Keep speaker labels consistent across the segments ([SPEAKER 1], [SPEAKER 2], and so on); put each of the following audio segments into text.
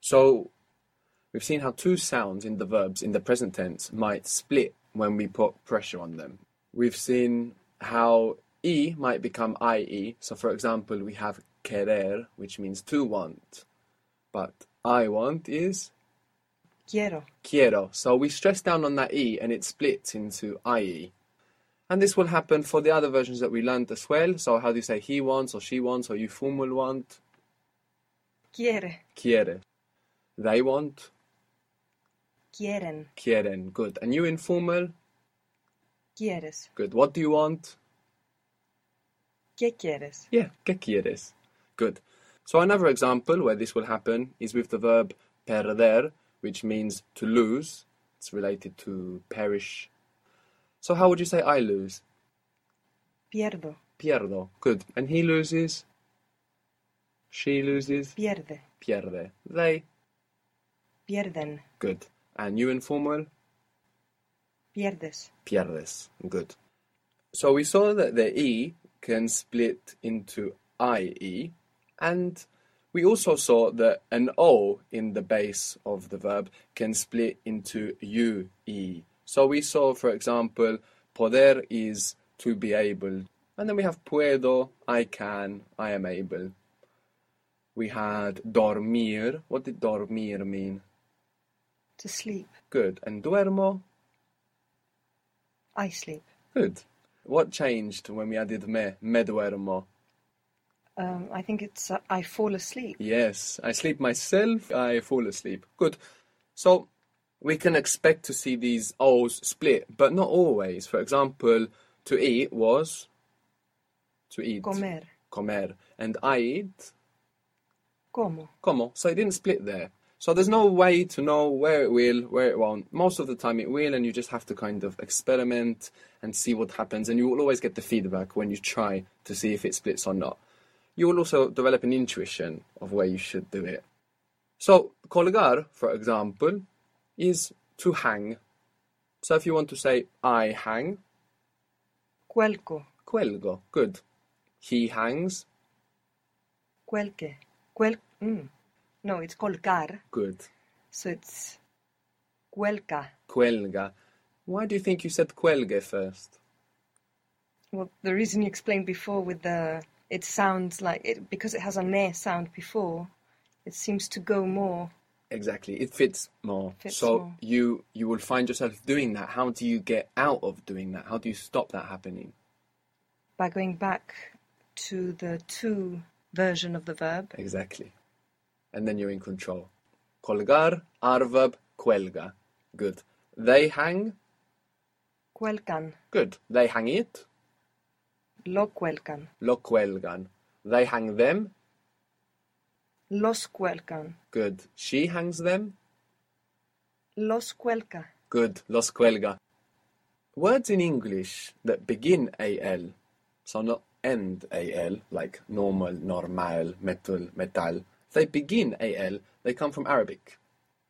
[SPEAKER 1] So we've seen how two sounds in the verbs in the present tense might split when we put pressure on them. We've seen how e might become ie. So for example, we have querer, which means to want, but I want is
[SPEAKER 2] Quiero.
[SPEAKER 1] quiero. So we stress down on that e and it splits into ie. And this will happen for the other versions that we learned as well. So how do you say he wants or she wants or you fum will want?
[SPEAKER 2] Quiere.
[SPEAKER 1] Quiere. They want,
[SPEAKER 2] Quieren.
[SPEAKER 1] quieren. Good. And you informal?
[SPEAKER 2] Quieres.
[SPEAKER 1] Good. What do you want?
[SPEAKER 2] ¿Qué quieres?
[SPEAKER 1] Yeah, que quieres? Good. So another example where this will happen is with the verb perder, which means to lose. It's related to perish. So how would you say I lose?
[SPEAKER 2] Pierdo.
[SPEAKER 1] Pierdo. Good. And he loses? She loses?
[SPEAKER 2] Pierde.
[SPEAKER 1] Pierde. They?
[SPEAKER 2] Pierden.
[SPEAKER 1] Good. And you informal?
[SPEAKER 2] Pierdes.
[SPEAKER 1] pierdes. Good. So we saw that the e can split into ie, and we also saw that an o in the base of the verb can split into ue. So we saw, for example, poder is to be able, and then we have puedo, I can, I am able. We had dormir. What did dormir mean?
[SPEAKER 2] To sleep.
[SPEAKER 1] Good. And duermo,
[SPEAKER 2] I sleep.
[SPEAKER 1] Good. What changed when we added me, me duermo?
[SPEAKER 2] Um, I think it's uh, I fall asleep.
[SPEAKER 1] Yes, I sleep myself, I fall asleep. Good. So we can expect to see these O's split, but not always. For example, to eat was to eat.
[SPEAKER 2] Comer.
[SPEAKER 1] Comer. And I eat
[SPEAKER 2] Como.
[SPEAKER 1] como. So it didn't split there. So there's no way to know where it will, where it won't. Most of the time it will, and you just have to kind of experiment and see what happens. And you will always get the feedback when you try to see if it splits or not. You will also develop an intuition of where you should do it. So colgar, for example, is to hang. So if you want to say I hang,
[SPEAKER 2] Cuelco.
[SPEAKER 1] cuelgo. Good. He hangs.
[SPEAKER 2] Cuelque. Cuel. Mm. No, it's colgar.
[SPEAKER 1] Good.
[SPEAKER 2] So it's cuelca.
[SPEAKER 1] Cuelga. Why do you think you said cuelgue first?
[SPEAKER 2] Well, the reason you explained before with the it sounds like it because it has a ne sound before, it seems to go more.
[SPEAKER 1] Exactly, it fits more.
[SPEAKER 2] Fits
[SPEAKER 1] so
[SPEAKER 2] more.
[SPEAKER 1] you you will find yourself doing that. How do you get out of doing that? How do you stop that happening?
[SPEAKER 2] by going back to the to version of the verb.
[SPEAKER 1] Exactly, and then you're in control. Colgar, arverb, cuelga. Good. They hang.
[SPEAKER 2] Cuelcan,
[SPEAKER 1] Good. They hang it.
[SPEAKER 2] lo cuelcan,
[SPEAKER 1] Lo cuelgan. They hang them.
[SPEAKER 2] los cuelcan,
[SPEAKER 1] Good. She hangs them.
[SPEAKER 2] los cuelca,
[SPEAKER 1] Good. Los cuelga. Words in English that begin al, so not end al, like normal, normal, metal, metal. They begin al, they come from Arabic.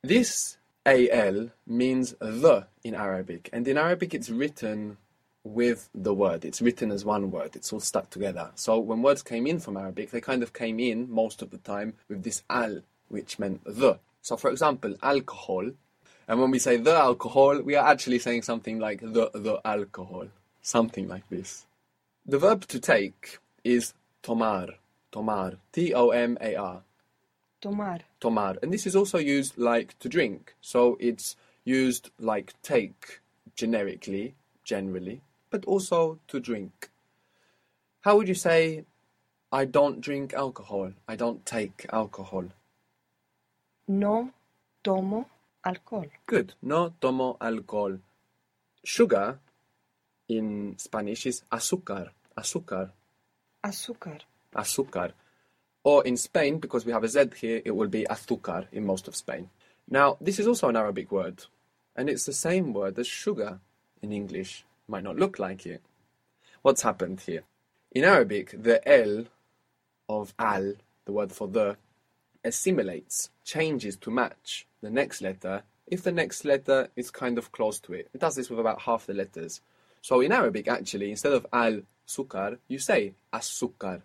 [SPEAKER 1] This al means the in Arabic, and in Arabic it's written with the word. It's written as one word, it's all stuck together. So when words came in from Arabic, they kind of came in most of the time with this al, which meant the. So for example, alcohol. And when we say the alcohol, we are actually saying something like the the alcohol, something like this. The verb to take is tomar, tomar, T O M A R,
[SPEAKER 2] tomar,
[SPEAKER 1] tomar. And this is also used like to drink. So it's used like take generically, generally, but also to drink. How would you say, I don't drink alcohol? I don't take alcohol.
[SPEAKER 2] no tomo alcohol,
[SPEAKER 1] Good. No tomo alcohol. Sugar in Spanish is azúcar, azúcar,
[SPEAKER 2] azúcar,
[SPEAKER 1] azúcar. Or in Spain, because we have a Z here, it will be azúcar in most of Spain. Now, this is also an Arabic word, and it's the same word as sugar in English. Might not look like it. What's happened here? In Arabic, the L of al, the word for the, assimilates, changes to match the next letter if the next letter is kind of close to it. It does this with about half the letters. So in Arabic, actually, instead of al sukar, you say as sukar.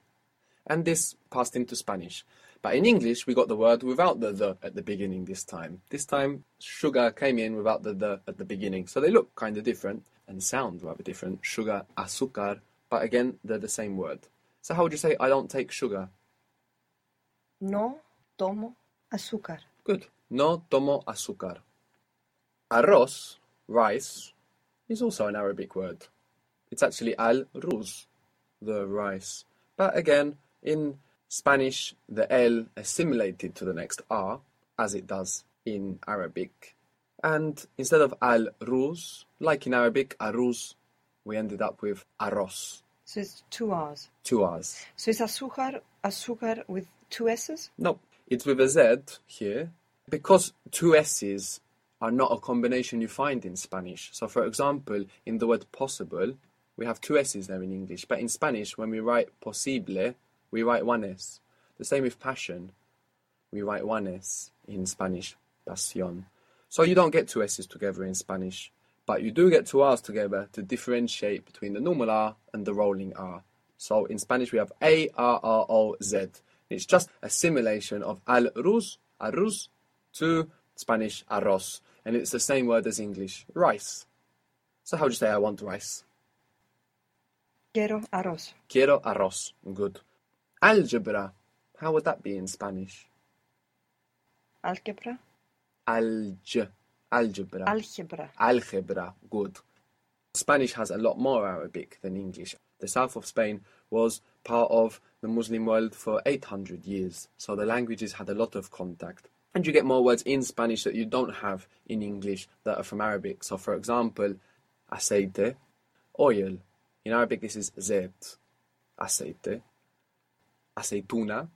[SPEAKER 1] And this passed into Spanish. But in English, we got the word without the the at the beginning this time. This time, sugar came in without the the at the beginning. So they look kind of different and sound rather different. Sugar, azúcar. But again, they're the same word. So how would you say, I don't take sugar?
[SPEAKER 2] No tomo azúcar.
[SPEAKER 1] Good. No tomo azúcar. Arroz, rice, is also an Arabic word. It's actually al ruz, the rice. But again, in Spanish, the L assimilated to the next R, as it does in Arabic. And instead of al ruz, like in Arabic, aruz, we ended up with arroz,
[SPEAKER 2] So it's two R's.
[SPEAKER 1] two R's.
[SPEAKER 2] So it's azúcar, azúcar with two S's?
[SPEAKER 1] No, it's with a Z here because two S's are not a combination you find in Spanish. So, for example, in the word possible, we have two S's there in English, but in Spanish, when we write posible, we write one S. The same with passion, we write one S in Spanish, pasión. So, you don't get two S's together in Spanish, but you do get two R's together to differentiate between the normal R and the rolling R. So, in Spanish, we have A R R O Z. It's just a simulation of al ruz, arroz, to Spanish arroz, and it's the same word as English rice. So how do you say I want rice?
[SPEAKER 2] Quiero arroz.
[SPEAKER 1] Quiero arroz. Good. Algebra. How would that be in Spanish?
[SPEAKER 2] Algebra.
[SPEAKER 1] Alge. Algebra.
[SPEAKER 2] Algebra.
[SPEAKER 1] Algebra. Good. Spanish has a lot more Arabic than English. The south of Spain was part of the Muslim world for 800 years, so the languages had a lot of contact. And you get more words in Spanish that you don't have in English that are from Arabic. So, for example, aceite, oil. In Arabic, this is zeyt, aceite. Aceituna,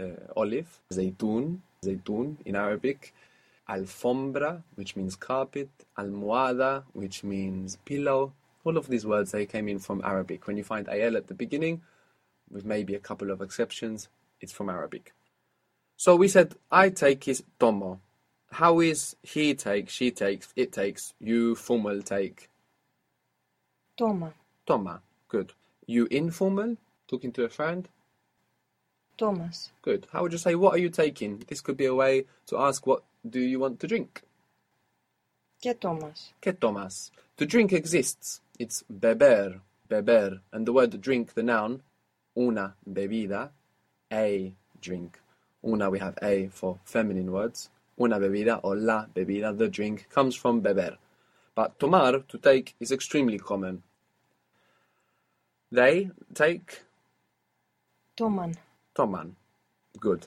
[SPEAKER 1] uh, olive. Zeytun, zeytun in Arabic alfombra, which means carpet, almohada, which means pillow. All of these words they came in from Arabic. When you find al at the beginning, with maybe a couple of exceptions, it's from Arabic. So we said I take is tomo. How is he take, she takes, it takes, you formal take,
[SPEAKER 2] Toma.
[SPEAKER 1] toma. Good. You informal, talking to a friend,
[SPEAKER 2] Tomas.
[SPEAKER 1] good. How would you say what are you taking? This could be a way to ask what do you want to drink?
[SPEAKER 2] ¿Qué tomas?
[SPEAKER 1] Que tomas? To drink exists. It's beber, beber, and the word drink, the noun, una bebida, a drink. Una we have a for feminine words. Una bebida or la bebida, the drink, comes from beber. But tomar, to take, is extremely common. They take
[SPEAKER 2] Toman.
[SPEAKER 1] toman. Good.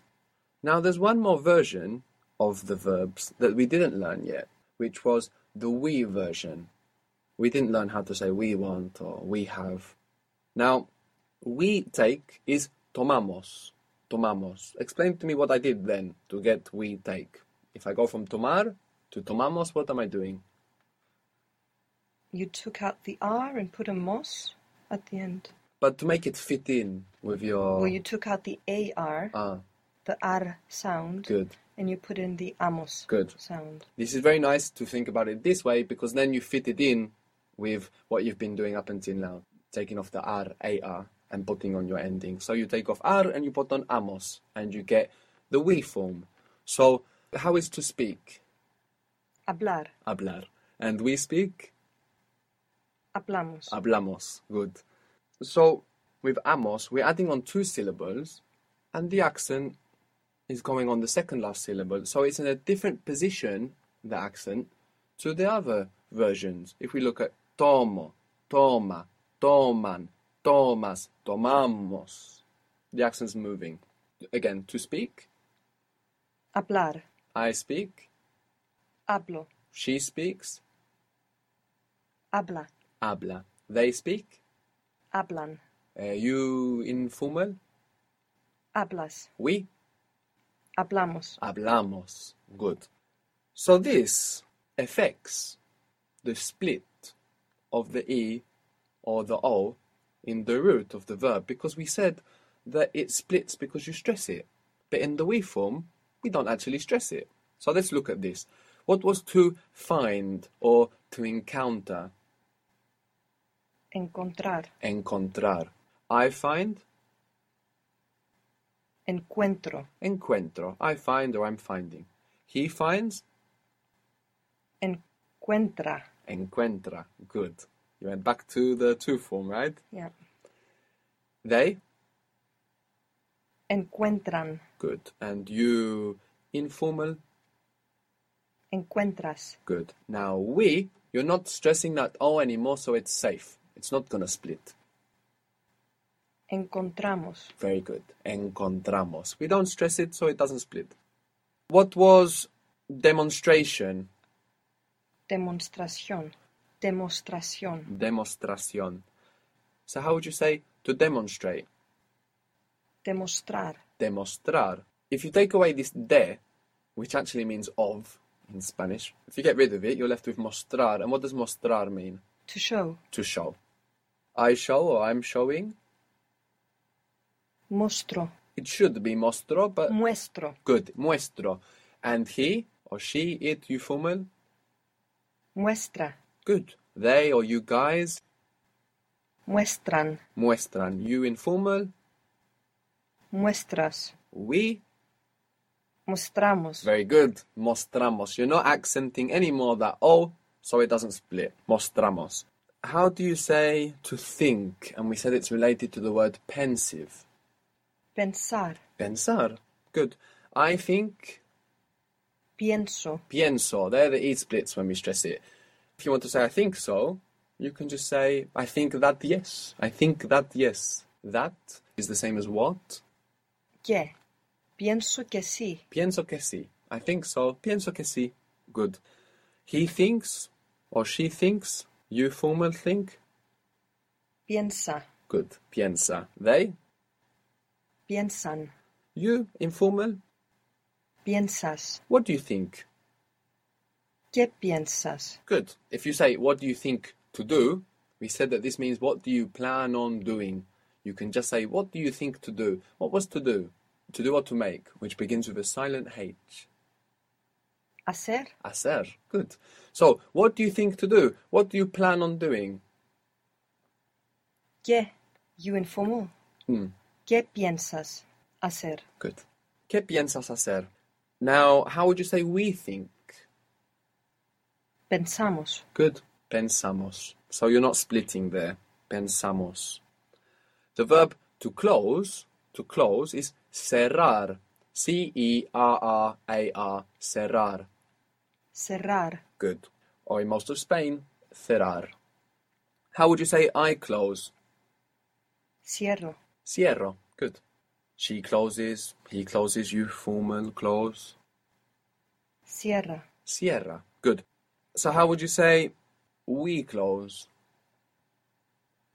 [SPEAKER 1] Now there's one more version of the verbs that we didn't learn yet, which was the we version. We didn't learn how to say we want or we have. Now, we take is tomamos. Tomamos. Explain to me what I did then to get we take. If I go from tomar to tomamos, what am I doing?
[SPEAKER 2] You took out the R and put a mos at the end.
[SPEAKER 1] But to make it fit in with your.
[SPEAKER 2] Well, you took out the AR,
[SPEAKER 1] Ah,
[SPEAKER 2] the R sound,
[SPEAKER 1] good.
[SPEAKER 2] and you put in the amos
[SPEAKER 1] Good.
[SPEAKER 2] sound.
[SPEAKER 1] This is very nice to think about it this way because then you fit it in with what you've been doing up until now, taking off the R, AR, and putting on your ending. So you take off R and you put on amos, and you get the we form. So, how is to speak?
[SPEAKER 2] Hablar.
[SPEAKER 1] Hablar. And we speak?
[SPEAKER 2] Hablamos.
[SPEAKER 1] Hablamos. Good. So, with amos, we're adding on two syllables, and the accent is going on the second last syllable. So, it's in a different position, the accent, to the other versions. If we look at tomo, toma, toman, tomas, tomamos, the accent's moving. Again, to speak,
[SPEAKER 2] Hablar.
[SPEAKER 1] I speak,
[SPEAKER 2] Hablo.
[SPEAKER 1] she speaks,
[SPEAKER 2] Habla.
[SPEAKER 1] habla. They speak,
[SPEAKER 2] Hablan.
[SPEAKER 1] uh, you informal,
[SPEAKER 2] Hablas.
[SPEAKER 1] we
[SPEAKER 2] Hablamos.
[SPEAKER 1] hablamos. Good. So this affects the split of the E or the O in the root of the verb because we said that it splits because you stress it. But in the we form, we don't actually stress it. So let's look at this. What was to find or to encounter?
[SPEAKER 2] Encontrar.
[SPEAKER 1] Encontrar. I find,
[SPEAKER 2] Encuentro.
[SPEAKER 1] Encuentro. I find or I'm finding. He finds.
[SPEAKER 2] Encuentra.
[SPEAKER 1] Encuentra. Good. You went back to the two form, right?
[SPEAKER 2] Yeah.
[SPEAKER 1] They.
[SPEAKER 2] Encuentran.
[SPEAKER 1] Good. And you. Informal.
[SPEAKER 2] Encuentras.
[SPEAKER 1] Good. Now we. You're not stressing that O anymore, so it's safe. It's not gonna split.
[SPEAKER 2] Encontramos.
[SPEAKER 1] Very good. Encontramos. We don't stress it, so it doesn't split. What was demonstration?
[SPEAKER 2] Demonstración. Demostración.
[SPEAKER 1] Demostración. So how would you say to demonstrate?
[SPEAKER 2] Demostrar.
[SPEAKER 1] Demostrar. If you take away this de, which actually means of in Spanish, if you get rid of it, you're left with mostrar. And what does mostrar mean?
[SPEAKER 2] To show.
[SPEAKER 1] To show. I show or I'm showing.
[SPEAKER 2] Mostro.
[SPEAKER 1] It should be mostro, but
[SPEAKER 2] Muestro.
[SPEAKER 1] good. Muestro. And he or she, it, you formal.
[SPEAKER 2] Muestra.
[SPEAKER 1] Good. They or you guys
[SPEAKER 2] Muestran.
[SPEAKER 1] muestran. You informal.
[SPEAKER 2] Muestras.
[SPEAKER 1] We
[SPEAKER 2] Mostramos.
[SPEAKER 1] Very good. Mostramos. You're not accenting any more that O, so it doesn't split. Mostramos. How do you say to think? And we said it's related to the word pensive.
[SPEAKER 2] Pensar.
[SPEAKER 1] Pensar. Good. I think,
[SPEAKER 2] Pienso.
[SPEAKER 1] pienso. They're the E splits when we stress it. If you want to say I think so, you can just say I think that yes. I think that yes. That is the same as what?
[SPEAKER 2] Que. Pienso que sí.
[SPEAKER 1] Pienso que sí. I think so. Pienso que sí. Good. He thinks or she thinks. You formal think.
[SPEAKER 2] Piensa.
[SPEAKER 1] Good. Piensa. They.
[SPEAKER 2] Piensan.
[SPEAKER 1] You informal.
[SPEAKER 2] Piensas.
[SPEAKER 1] What do you think?
[SPEAKER 2] ¿Qué piensas?
[SPEAKER 1] Good. If you say what do you think to do, we said that this means what do you plan on doing. You can just say what do you think to do. What was to do? To do or to make, which begins with a silent H.
[SPEAKER 2] Hacer.
[SPEAKER 1] Hacer. Good. So, what do you think to do? What do you plan on doing?
[SPEAKER 2] ¿Qué? You informal.
[SPEAKER 1] Hmm.
[SPEAKER 2] ¿Qué piensas hacer?
[SPEAKER 1] Good. ¿Qué piensas hacer? Now, how would you say we think?
[SPEAKER 2] Pensamos.
[SPEAKER 1] Good. Pensamos. So you're not splitting there. Pensamos. The verb to close, to close is cerrar. C E R R A R, cerrar.
[SPEAKER 2] Cerrar.
[SPEAKER 1] Good. Or in most of Spain, cerrar. How would you say I close?
[SPEAKER 2] Cierro.
[SPEAKER 1] Cierro. Good. She closes, he closes, you formal close.
[SPEAKER 2] Cierra.
[SPEAKER 1] Sierra. Good. So how would you say we close?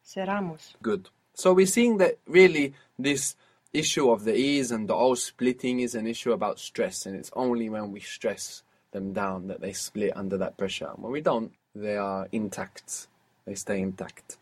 [SPEAKER 2] Cerramos.
[SPEAKER 1] Good. So we're seeing that really this issue of the E's and the O splitting is an issue about stress, and it's only when we stress them down that they split under that pressure. When we don't, they are intact. They stay intact.